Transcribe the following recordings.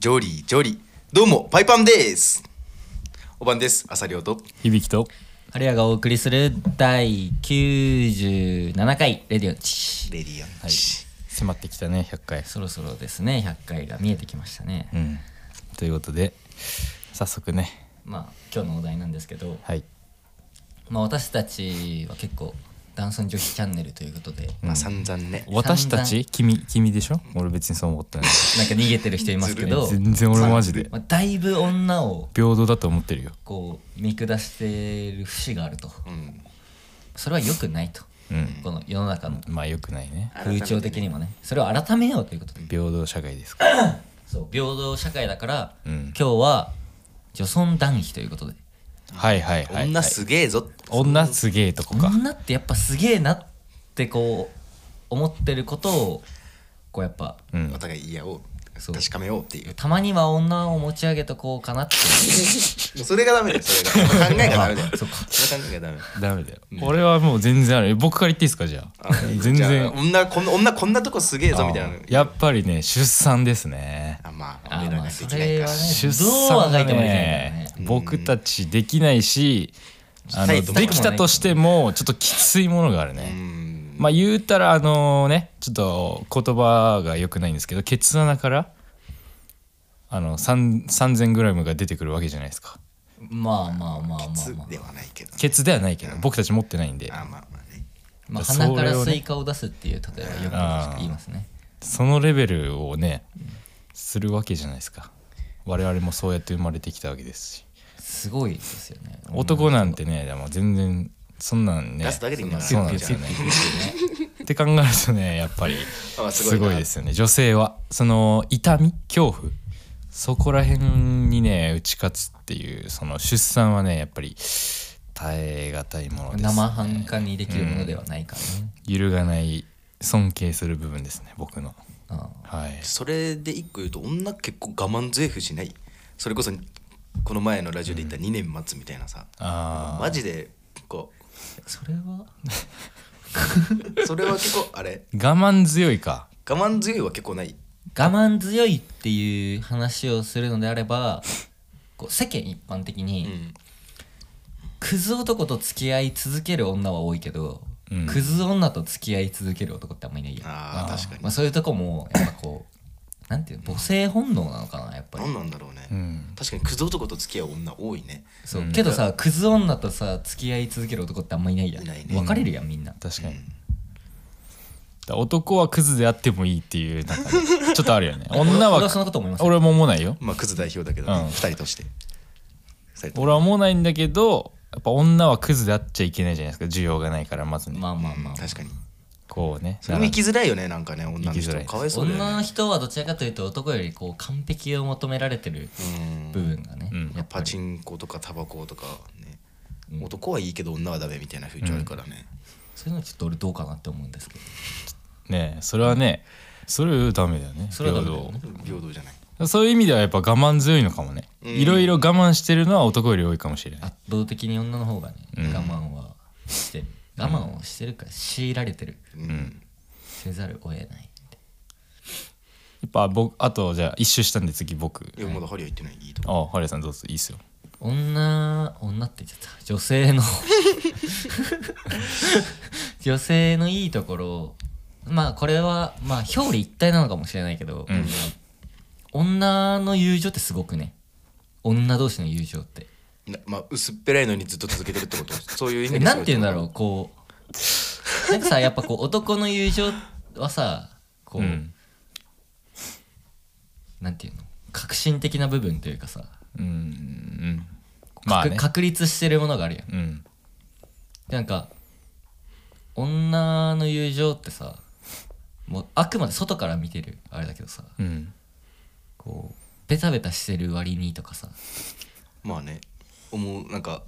ジョリジョリどうもパイパンですおばんですあさりょうと響きと春屋がお送りする第97回レディオンチレディオンはい迫ってきたね100回そろそろですね100回が見えてきましたね、うんということで早速ねまあ今日のお題なんですけど、はいまあ、私たちは結構男尊女卑チャンネルということで、まあ散々ね私たち君君でしょ俺別にそう思ってないなんか逃げてる人いますけど、全然俺マジでまあ、だいぶ女を平等だと思ってるよこう見下してる節があるとうんそれは良くないと、うんこの世の中のまあよくないね風潮的にもねそれを改めようということで平等社会ですからそう平等社会だから、うん今日は女尊男卑ということではいはいはい女すげえぞ女すげえとこか女ってやっぱすげえなってこう思ってることをこうやっぱうんお互い言い合おうそう確かめようっていうたまには女を持ち上げとこうかなってもうそれがダメだよそ れが考えがダメだよそそうれ考えがダメダメだよ俺はもう全然あるえ僕から言っていいですかじゃあ 全じゃあ然女こんな女こんなとこすげえぞみたいなのあーやっぱりね出産ですねあまああー俺らがまあできそないれかはね出どうあ産がいがてもできないねからね僕たちできないし、あしたのいともできたとしてもちょっときついものがあるうね、んまあ言うたらあのねちょっと言葉が良くないんですけどケツ穴からあの3 3000g が出てくるわけじゃないですかまあまあまあまあつまあではないけどケツではないけど僕たち持ってないんであまあまあねまあそれを鼻ねからスイカを出すっていう例えばよく言いますねそのレベルをねするわけじゃないですか我々もそうやって生まれてきたわけですしすごいですよね男なんてねでも全然そんなんね出すだけでいいんだからそうなんですよね。って考えるとねやっぱりあすごいすごいですよね女性はその痛み恐怖そこら辺にね打ち勝つっていうその出産はねやっぱり耐え難いものです生半可にできるものではないからね、揺るがない尊敬する部分ですね僕のあはいそれで一個言うと女結構我慢強い夫しないそれこそこの前のラジオで言った2年待つみたいなさ、あマジでこあそれはうそれは結 構あれー我慢強いか我慢強いは結構ない我慢強いっていう話をするのであればこう世間一般的うにんクズ男と付き合い続ける女は多いけど、うんクズ女と付き合い続ける男ってあんまいないやん、ああ確かに、まあ、そういうとこもやっぱこう なんていうの母性本能なのかなやっぱり、何なんだろうね、うん確かにクズ男と付き合う女多いねそうけどさクズ女とさ付き合い続ける男ってあんまいないやんいないね別れるやんみんな、確かに、だ男はクズであってもいいっていう なんかねちょっとあるよね女俺ははそんなこと思います俺も思わないよまあクズ代表だけど、うねん二2人として二人とも俺は思わないんだけどやっぱ女はクズであっちゃいけないじゃないですか需要がないからまずね、まあまあまあ、確かにこうねそれも生きづらいよねなんかね女の生きづ人らいかわいそうだ女よのね人はどちらかというと男よりこう完璧を求められてるうん部分がね、うんやっぱパりチンコとかタバコとかね、うん男はいいけど女はダメみたいな風潮あるからね、そういうのちょっと俺どうかなって思うんですけどねえそれはねそれはダメだよねそれはダメだよね平平等じゃない等そういう意味ではやっぱ我慢強いのかもねうんいろいろ我慢してるのは男より多いかもしれない圧倒的に女の方がね、我慢はしてる我慢をしてるから強いられてるうん、せざるを得ないってやっぱ僕あとじゃあ一周したんで次僕いやまだハリは言ってないいいとこあハリーさんどうぞいいっすよ女女って言っちゃった女性の女性のいいところまあこれはまあ表裏一体なのかもしれないけど、女の友情ってすごくね女同士の友情ってなまあ薄っぺらいのにずっと続けてるってことそういう意味えでなんて言うんだろううこうなんかさやっぱこう男の友情はさこう、うんなんていうの革新的な部分というかさ、うんうんまあ確ね確立してるものがあるやんうんでなんか女の友情ってさもうあくまで外から見てるあれだけどさうんこうベタベタしてる割にとかさまあね思うなんか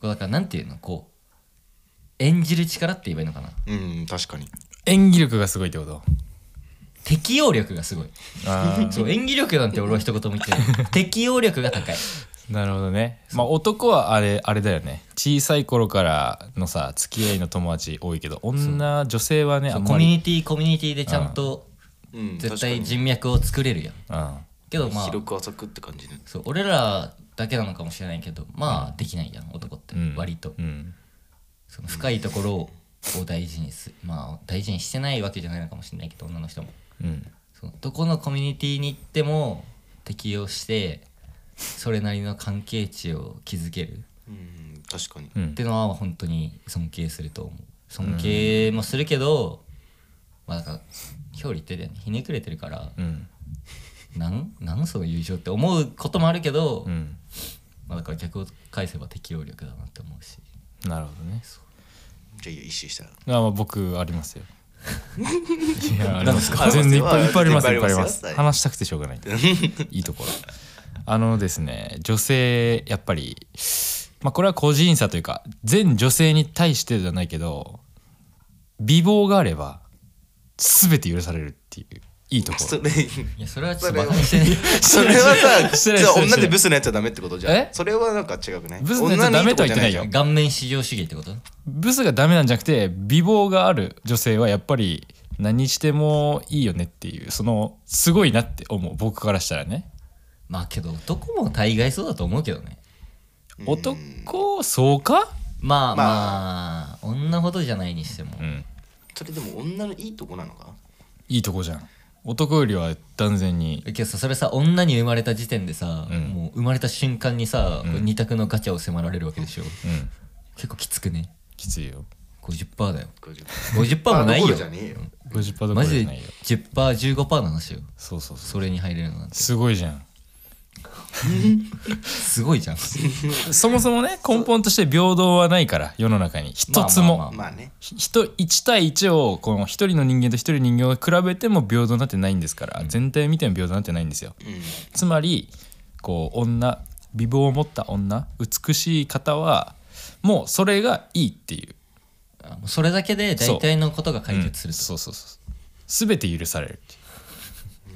こうだからなんていうのこう演じる力って言えばいいのかなうん確かに演技力がすごいってこと適応力がすごいあー そう演技力なんて俺は一言も言ってない適応力が高いなるほどねまあ男はあれあれだよね小さい頃からのさ付き合いの友達多いけど女女性はねあんコまミュりニティコミュニティでちゃんとうん絶確か対に人脈を作れるやんうんけどまあ広く浅くって感じでそう俺らだけなのかもしれないけどまあできないやん男ってうん割と、うんその深いところをを大事にすまあ大事にしてないわけじゃないのかもしれないけど女の人もうんそのどこのコミュニティに行っても適用してそれなりの関係値を築けるうん確かにうっんてのは本当に尊敬すると思う尊敬もするけど、まあなんか表裏一体だよねひねくれてるから、うんなんなんその友情って思うこともあるけど、うんまあだから逆を返せば適応力だなって思うしなるほどねじゃあ一周したらあまあ僕あります よいやあ何りまですすかか全然いっぱいいっぱいありますいいっっぱぱいいありありまますす話したくてしょうがない いいところあのですね女性やっぱりまあこれは個人差というか全女性に対してではないけど美貌があれば全て許されるっていういいとこそろれいやそれはちょそっとれバはカにしてない それは 失さ礼じゃあ失礼女でブスなやつはダメってことじゃあえそれはなんか違くないブスなやつはダメとは言ってない女のよいいとこじゃ 顔面至上主義ってことブスがダメなんじゃなくて美貌がある女性はやっぱり何してもいいよねっていうそのすごいなって思う僕からしたらねまあけど男も大概そうだと思うけどね男そうかまあままあ、女ほどじゃないにしても、うんそれでも女のいいとこなのかいいとこじゃん男よりは断然にけどさそれさ女に生まれた時点でさ、うんもう生まれた瞬間にさ、これ二択のガチャを迫られるわけでしょうん結構きつくねきついよ50%だよ 50 50%もないまあどこよろじゃねえよ50%どこマろじゃジでないよ 10%15% の話よそうそうそうそれに入れるの なんてすごいじゃんすごい じゃんそもそもね根本として平等はないから世の中に一つまあまあもままあねひ人1対1をこの一人の人間と一人の人間を比べても平等なんてないんですから全体を見ても平等なんてないんですようんつまりこう女美貌を持った女美しい方はもうそれがいいっていうあもうそれだけで大体のことが解決するとそうそうそうそう全て許されるってい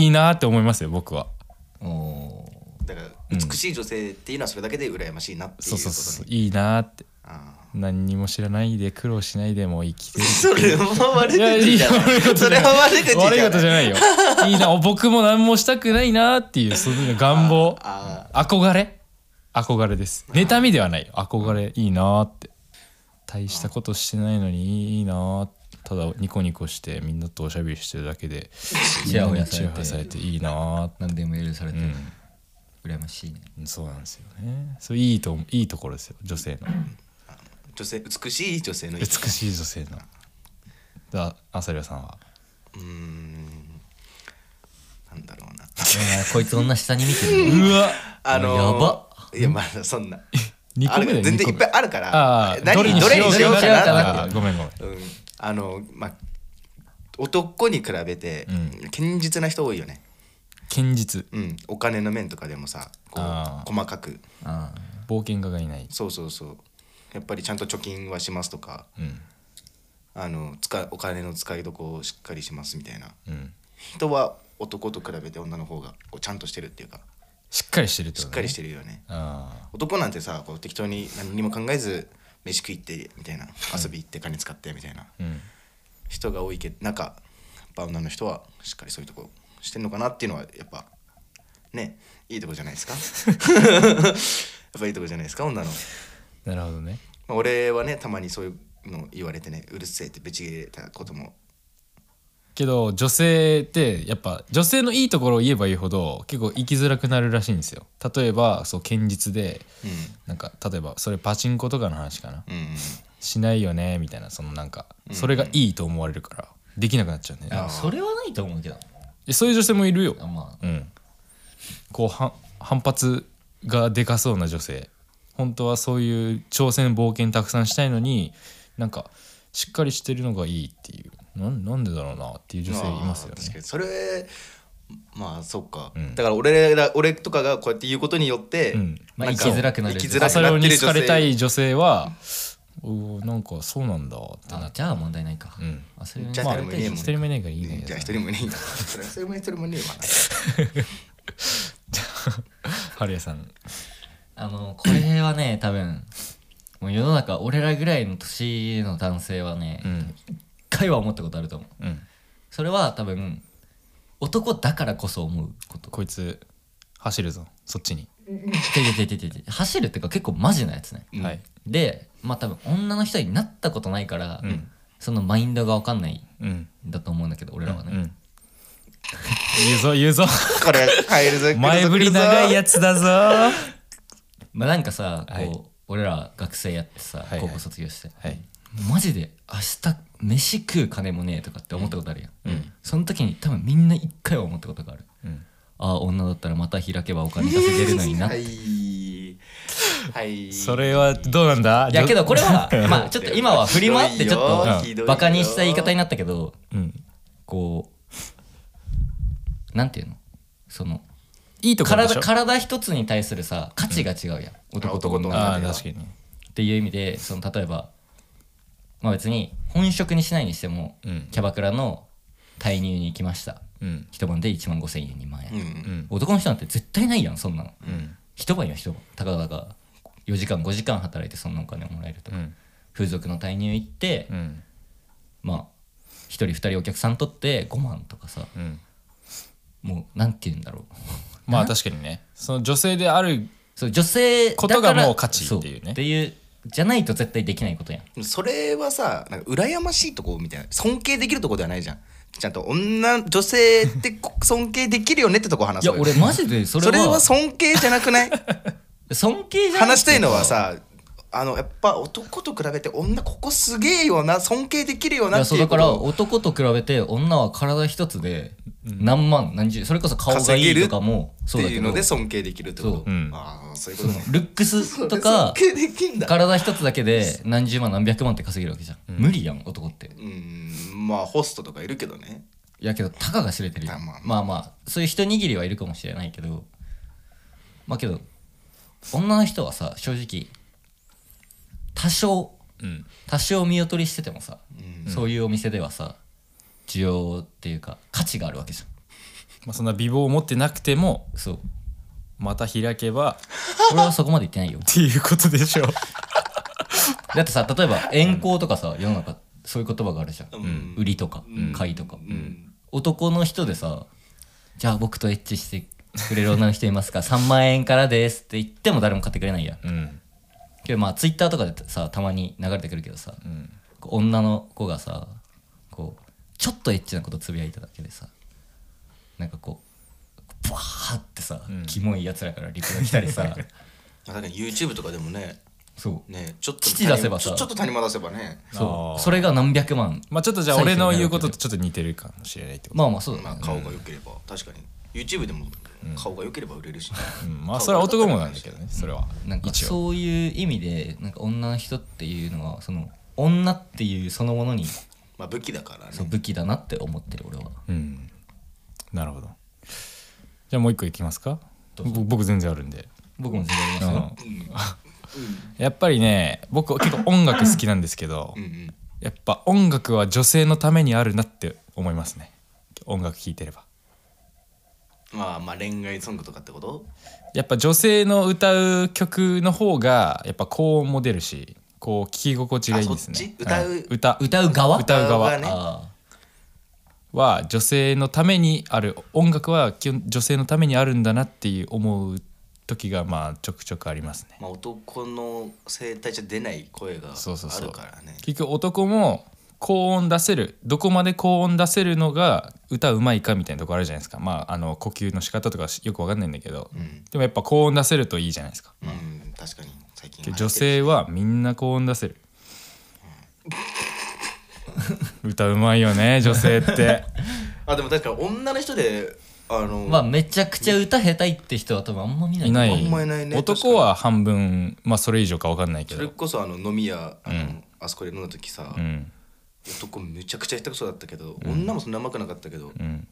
ういいなーって思いますよ僕はおーだから美しい女性っていうのはそれだけで羨ましいなっていうそこうとそねうそういいなーってあ あ何にも知らないで苦労しないでもう生 きてるそれは悪いやい口じやゃな悪いこといそじゃなれいは悪口じゃない悪いことじゃ ないよいいな僕も何もしたくないなーっていうその願望あ憧れ憧れです妬みではないよ憧れいいなーって大したことしてないのにいいなーってただニコニコしてみんなとおしゃべりしてるだけ でチヤホヤさチれヤホヤされてていいなーって何でも許されて、うん羨ましいねそうなんですよねそれいいと思いいところですよ女性のあ女性美しい女性のいいう美しい女性のだアサリアさんはーんなんだろうなお前こいつ女下に見てるうわあのーやばいやまだそんな2あ個目るだよ全然二い個っ目ぱいあるからああ何どれにどれにししよよううかかななああごめんごめんうん、あのまあ男に比べて、う堅実な人多いよね、堅実うん、お金の面とかでもさこあう細かくあ冒険家がいないそうそうそうやっぱりちゃんと貯金はしますとかうんあの使いお金の使いどころをしっかりしますみたいなうん人は男と比べて女の方がこうちゃんとしてるっていうかしっかりしてるってしこっとかりねしてるよねあ男なんてさこう適当に何にも考えず飯食い行ってみたいな遊び行って金使ってみたいなあうん人が多いけどなんかやっぱ女の人はしっかりそういうとこしてんのかなっていうのはやっぱねいいとこじゃないですか やっぱいいとこじゃないですか女の、なるほどねまあ、俺はねたまにそういうの言われてねうるせえってぶち切れたこともけど女性ってやっぱ女性のいいところを言えば言うほど結構生きづらくなるらしいんですよ例えばそう堅実でうなんか例えばそれパチンコとかの話かなんうんうんしないよねみたいなそのなんかうんそれがいいと思われるからできなくなっちゃうねあいやそれはないと思うけどえそういう女性もいるよあまあうんこうは反発がでかそうな女性本当はそういう挑戦冒険たくさんしたいのになんかしっかりしてるのがいいっていうなんなんでだろうなっていう女性いますよあー確かねにそれまあそうか、うんだから俺ら俺とかがこうやって言うことによって、うんまあなんか生きづらくなる生きづアらサくリなオっにてる好か女れた性い女性はおーなんかそうなんだってなっあてじゃあ問題ないか、うんあそれじゃあまあ誰もいねえ一もん人もいないからいいねじゃあ一人もいねえよそれそれも一人もいねえわ 春江さんあのこれはね多分もう世の中俺らぐらいの年の男性はね、うん一回は思ったことあると思ううんそれは多分男だからこそ思うことこいつ走るぞそっちに、てててててて走るっていうか結構マジなやつねうんはいでまあ多分女の人になったことないから、うんそのマインドが分かんないうんんだと思うんだけど俺らはね、うん 言うぞ言う ぞこれ入るぞ前振り長いやつだぞまあなんかさこう、はい俺ら学生やっていさ、はい高校卒業して、はいマジで明日飯食う金もねえとかって思ったことあるやん、うんその時に多分みんな一回は思ったことがあるうんああ女だったらまた開けばお金稼げる のになっはていはいそれはどうなんだいやけどこ れはうんまあちょっと今は振り回ってちょひっどいよとバカにした言い方になったけどうんこうなんていうのそのいいところでし体ょ体一つに対するさ価値が違うやん、男と女男とあ女あでは確かにっていう意味でその例えばまあ別に本職にしないにしても、うんキャバクラの退入に行きましたうん一晩で1万5000円2万円、うんうん男の人なんて絶対ないやんそんなの、うん一晩よ一晩たかだか4時間5時間働いてそんなお金をもらえるとうか、ん風俗の退入行って、うんまあ1人2人お客さん取って5万とかさうんもうなんて言うんだろうまあ確かにねその女性であるそう女性だからことがもう価値っていうねそっていうじゃないと絶対できないことやんそれはさなんか羨ましいとこみたいな尊敬できるとこではないじゃんちゃんと女女性ってこ尊敬できるよねってとこ話いそやうよ俺マジでそそ れれはは尊敬じゃなくない尊敬じゃん話したいのはさあのやっぱ男と比べて女ここすげえよな尊敬できるよいなやってそういだうこからとを男と比べて女は体一つで何万何十それこそ顔がいいとかもってそうだいけうどので尊敬できるってことそううんああそういうこそとねのルックスとか尊敬できんだ体一つだけで何十万何百万って稼げるわけじゃん、無理やん男ってうんまあホストとかいるけどねいやけどたかが知れてるよあまあまあまあそういう一握りはいるかもしれないけどまあけど女の人はさ正直多少うん多少見劣りしててもさ、うそういうお店ではさ需要っていうか価値があるわけじゃまあそんな美貌を持ってなくてもんそうまた開けば俺はそこまで言ってないよっていうことで しょうだってさ例えば遠行とかさ世の中そういう言葉があるじゃん、ん売りとか、買いとか、うん男の人でさじゃあ僕とエッチしてくれる女の人いますか3万円からですって言っても誰も買ってくれないやんうんけどまあツイッターとかでさたまに流れてくるけどさ、んこう女の子がさこうちょっとエッチなことつぶやいただけでさなんかこうバーってさ、キモいやつらからリプが来たりさだから YouTube とかでもねそうねちょっと父出せばさちょちょっと谷間出せばねあそーうそれが何百万まあちょっとじゃあ俺の言うこととちょっと似てるかもしれないってことまあまあそうだねまあ、顔が良ければ、確かに YouTube でも顔が良ければ売れるし、うんまあそれは男もなんだけどねそれはなんか一応そういう意味でなんか女の人っていうのはその女っていうそのものにまあ武器だからそうね武器だなって思ってる俺はうんなるほどじゃあもう一個いきますかぼ僕全然あるんで僕も全然ありうますよん やっぱりね僕結構音楽好きなんですけどうんうんやっぱ音楽は女性のためにあるなって思いますね音楽聴いてればまあまあ恋愛ソングとかってことやっぱ女性の歌う曲の方がやっぱ高音も出るしこう聴き心地がいいんですあそっねち歌ううん歌歌う側歌う側ねあは女性のためにある音楽は基本女性のためにあるんだなっていう思う時がまあちょくちょくありますねまあ男の声帯じゃ出ない声があそうそうそうるからね結局男も高音出せるどこまで高音出せるのが歌うまいかみたいなとこあるじゃないですかまああの呼吸の仕方とかしよくわかんないんだけど、んでもやっぱ高音出せるといいじゃないですかうん確かに最近女性はみんな高音出せる歌うまいよね女性ってあでも確かに女の人であの、ーまあめちゃくちゃ歌下手いって人は多分あんま見ないいないあんまいないね男は半分まあそれ以上かわかんないけそれどこそあの飲み屋あの、あそこで飲んだ時さ、うん男めちゃくちゃ下手くそだったけど、女もそんな上手くなかったけど、うん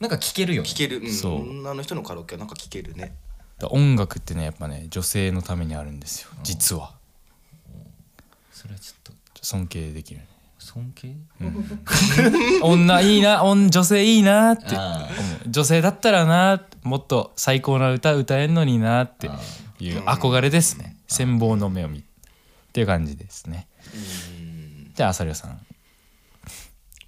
なんか聞けるよね聞ける、うんそう女の人のカラオケはなんか聞けるねだ音楽ってねやっぱね女性のためにあるんですよ実はそれはちょっ尊敬できるねと尊敬女いいな女女性いいなってあ女性だったらなもっと最高な歌歌えんのになっていう憧れですね羨望の目を見っていう感じですねうんじゃあ浅利さん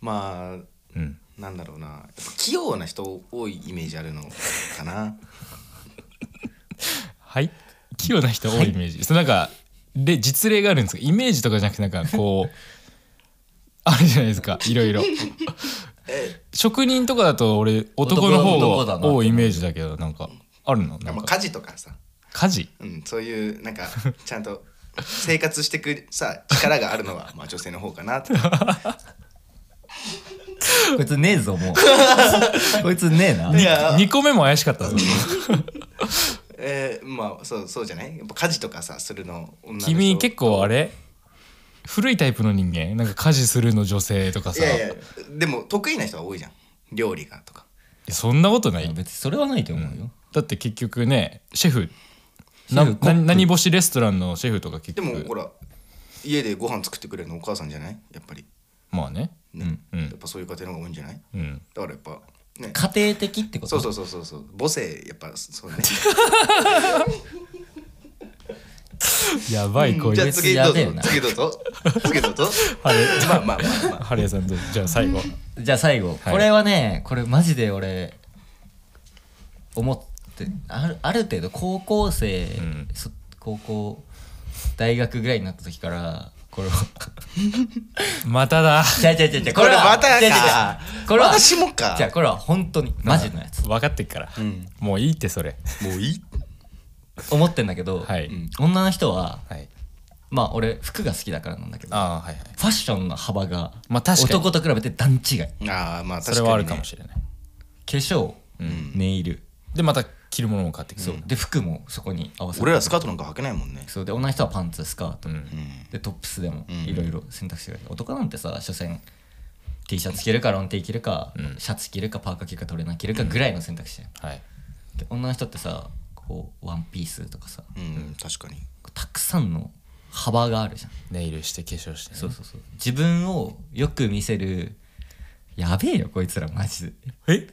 まあうんなんだろうなやっぱ器用な人多いイメージあるのか なはい器用な人多いイメージ、そのなんかで実例があるんですかイメージとかじゃなくてなんかこう あるじゃないですかいろいろえ職人とかだと俺男の方男だがな多いイメージだけどなんかあるのなんまあか家事とかさ、家事うん、そういうなんかちゃんと生活してくさ力があるの はまあ女性の方かなってこいつねえぞもうこいつねえないや2個目も怪しかったぞえー、まあそうそうじゃないやっぱ家事とかさするの女の人君結構あれ古いタイプの人間なんか家事するの女性とかいさやいやでも得意な人は多いじゃん料理がとかいやそんなことないよ別にそれはないと思うよ、だって結局ねシェフシェフなコッ何ク何星レストランのシェフとか結で局もほら家でご飯作ってくれるのお母さんじゃないやっぱりまあねね、うんやっぱそういう家庭の方が多いんじゃないうんだからやっぱね家庭的ってことそうそうそうそうそう母性やっぱそうねやばいこいじゃあつ次どうやべぞえな次どうぞ次どうぞまあまあまあまあハレーさんどうぞじゃあ最後じゃあ最後、はいこれはねこれマジで俺思ってあるある程度高校生、んそ高校大学ぐらいになった時からこれ はまただちゃうちゃうちゃうちゃうこれまた違う違う違うかこれは私もかじゃあこれは本当にマジのやつ分かってっからうんもういいってそれもういい思ってんだけど、はいうん女の人ははいまあ俺服が好きだからなんだけどああはいはいファッションの幅がまあ確かに男と比べて段違い化ああまあそ確かに、ね、れはあるかもしれない粧、んネイルでまた着るものも買ってくるそうで服もそこに合わせて俺らスカートなんか履けないもんねそうで女の人はパンツスカート、うんうんでトップスでもうんいろいろ選択肢がある、男なんてさ所詮 T シャツ着るかロンテ着るか、うんシャツ着るかパーカー着るかトレーナー着るかぐらいの選択肢じゃんはいで女の人ってさこうワンピースとかさうん確かにたくさんの幅があるじゃん、ネイルして化粧してねそうそうそう自分をよく見せるやべえよこいつらマジでえ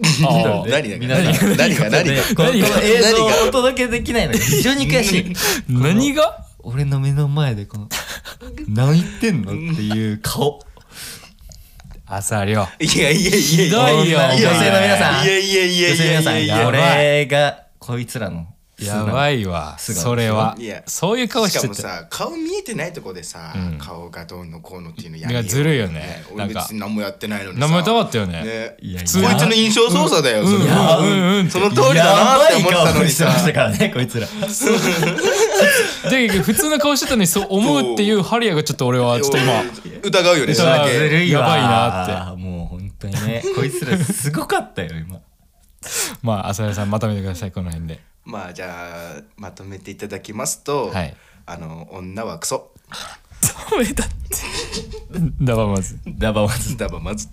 あー何が皆さん何が何が何がこのこ何のが映像をお何が届けできないのが非常に悔しい何が俺の目の前でこの泣いてんのっていう顔朝亮いやいやいやいやひどいよや女性の皆さんいやいやいや女い性のや皆いさやんいややばい俺がこいつらのやばいいわ素顔それはいやそういう顔ししかてもてさ顔見えてないとこでさ、うん顔がどうのこうのっていうのやいやずるいよね俺なんか別に何もやってないのにさ名前たまったよねねいこいや普つ通にの印象操作だよ、それはうんうんうんその通りだなって思ってたのにさやばい顔してましたからねこいつらで普通の顔してたのにそう思うっていうハリアがちょっと俺はちょっと今疑うよねそれだ疑うけずるいわやばいなってもう本当にねこいつらすごかったよ今まあ浅田さんまとめてくださいこの辺でまあじゃあまとめていただきますと、 はいあの女はクソダメだってだままずダバマズだばまず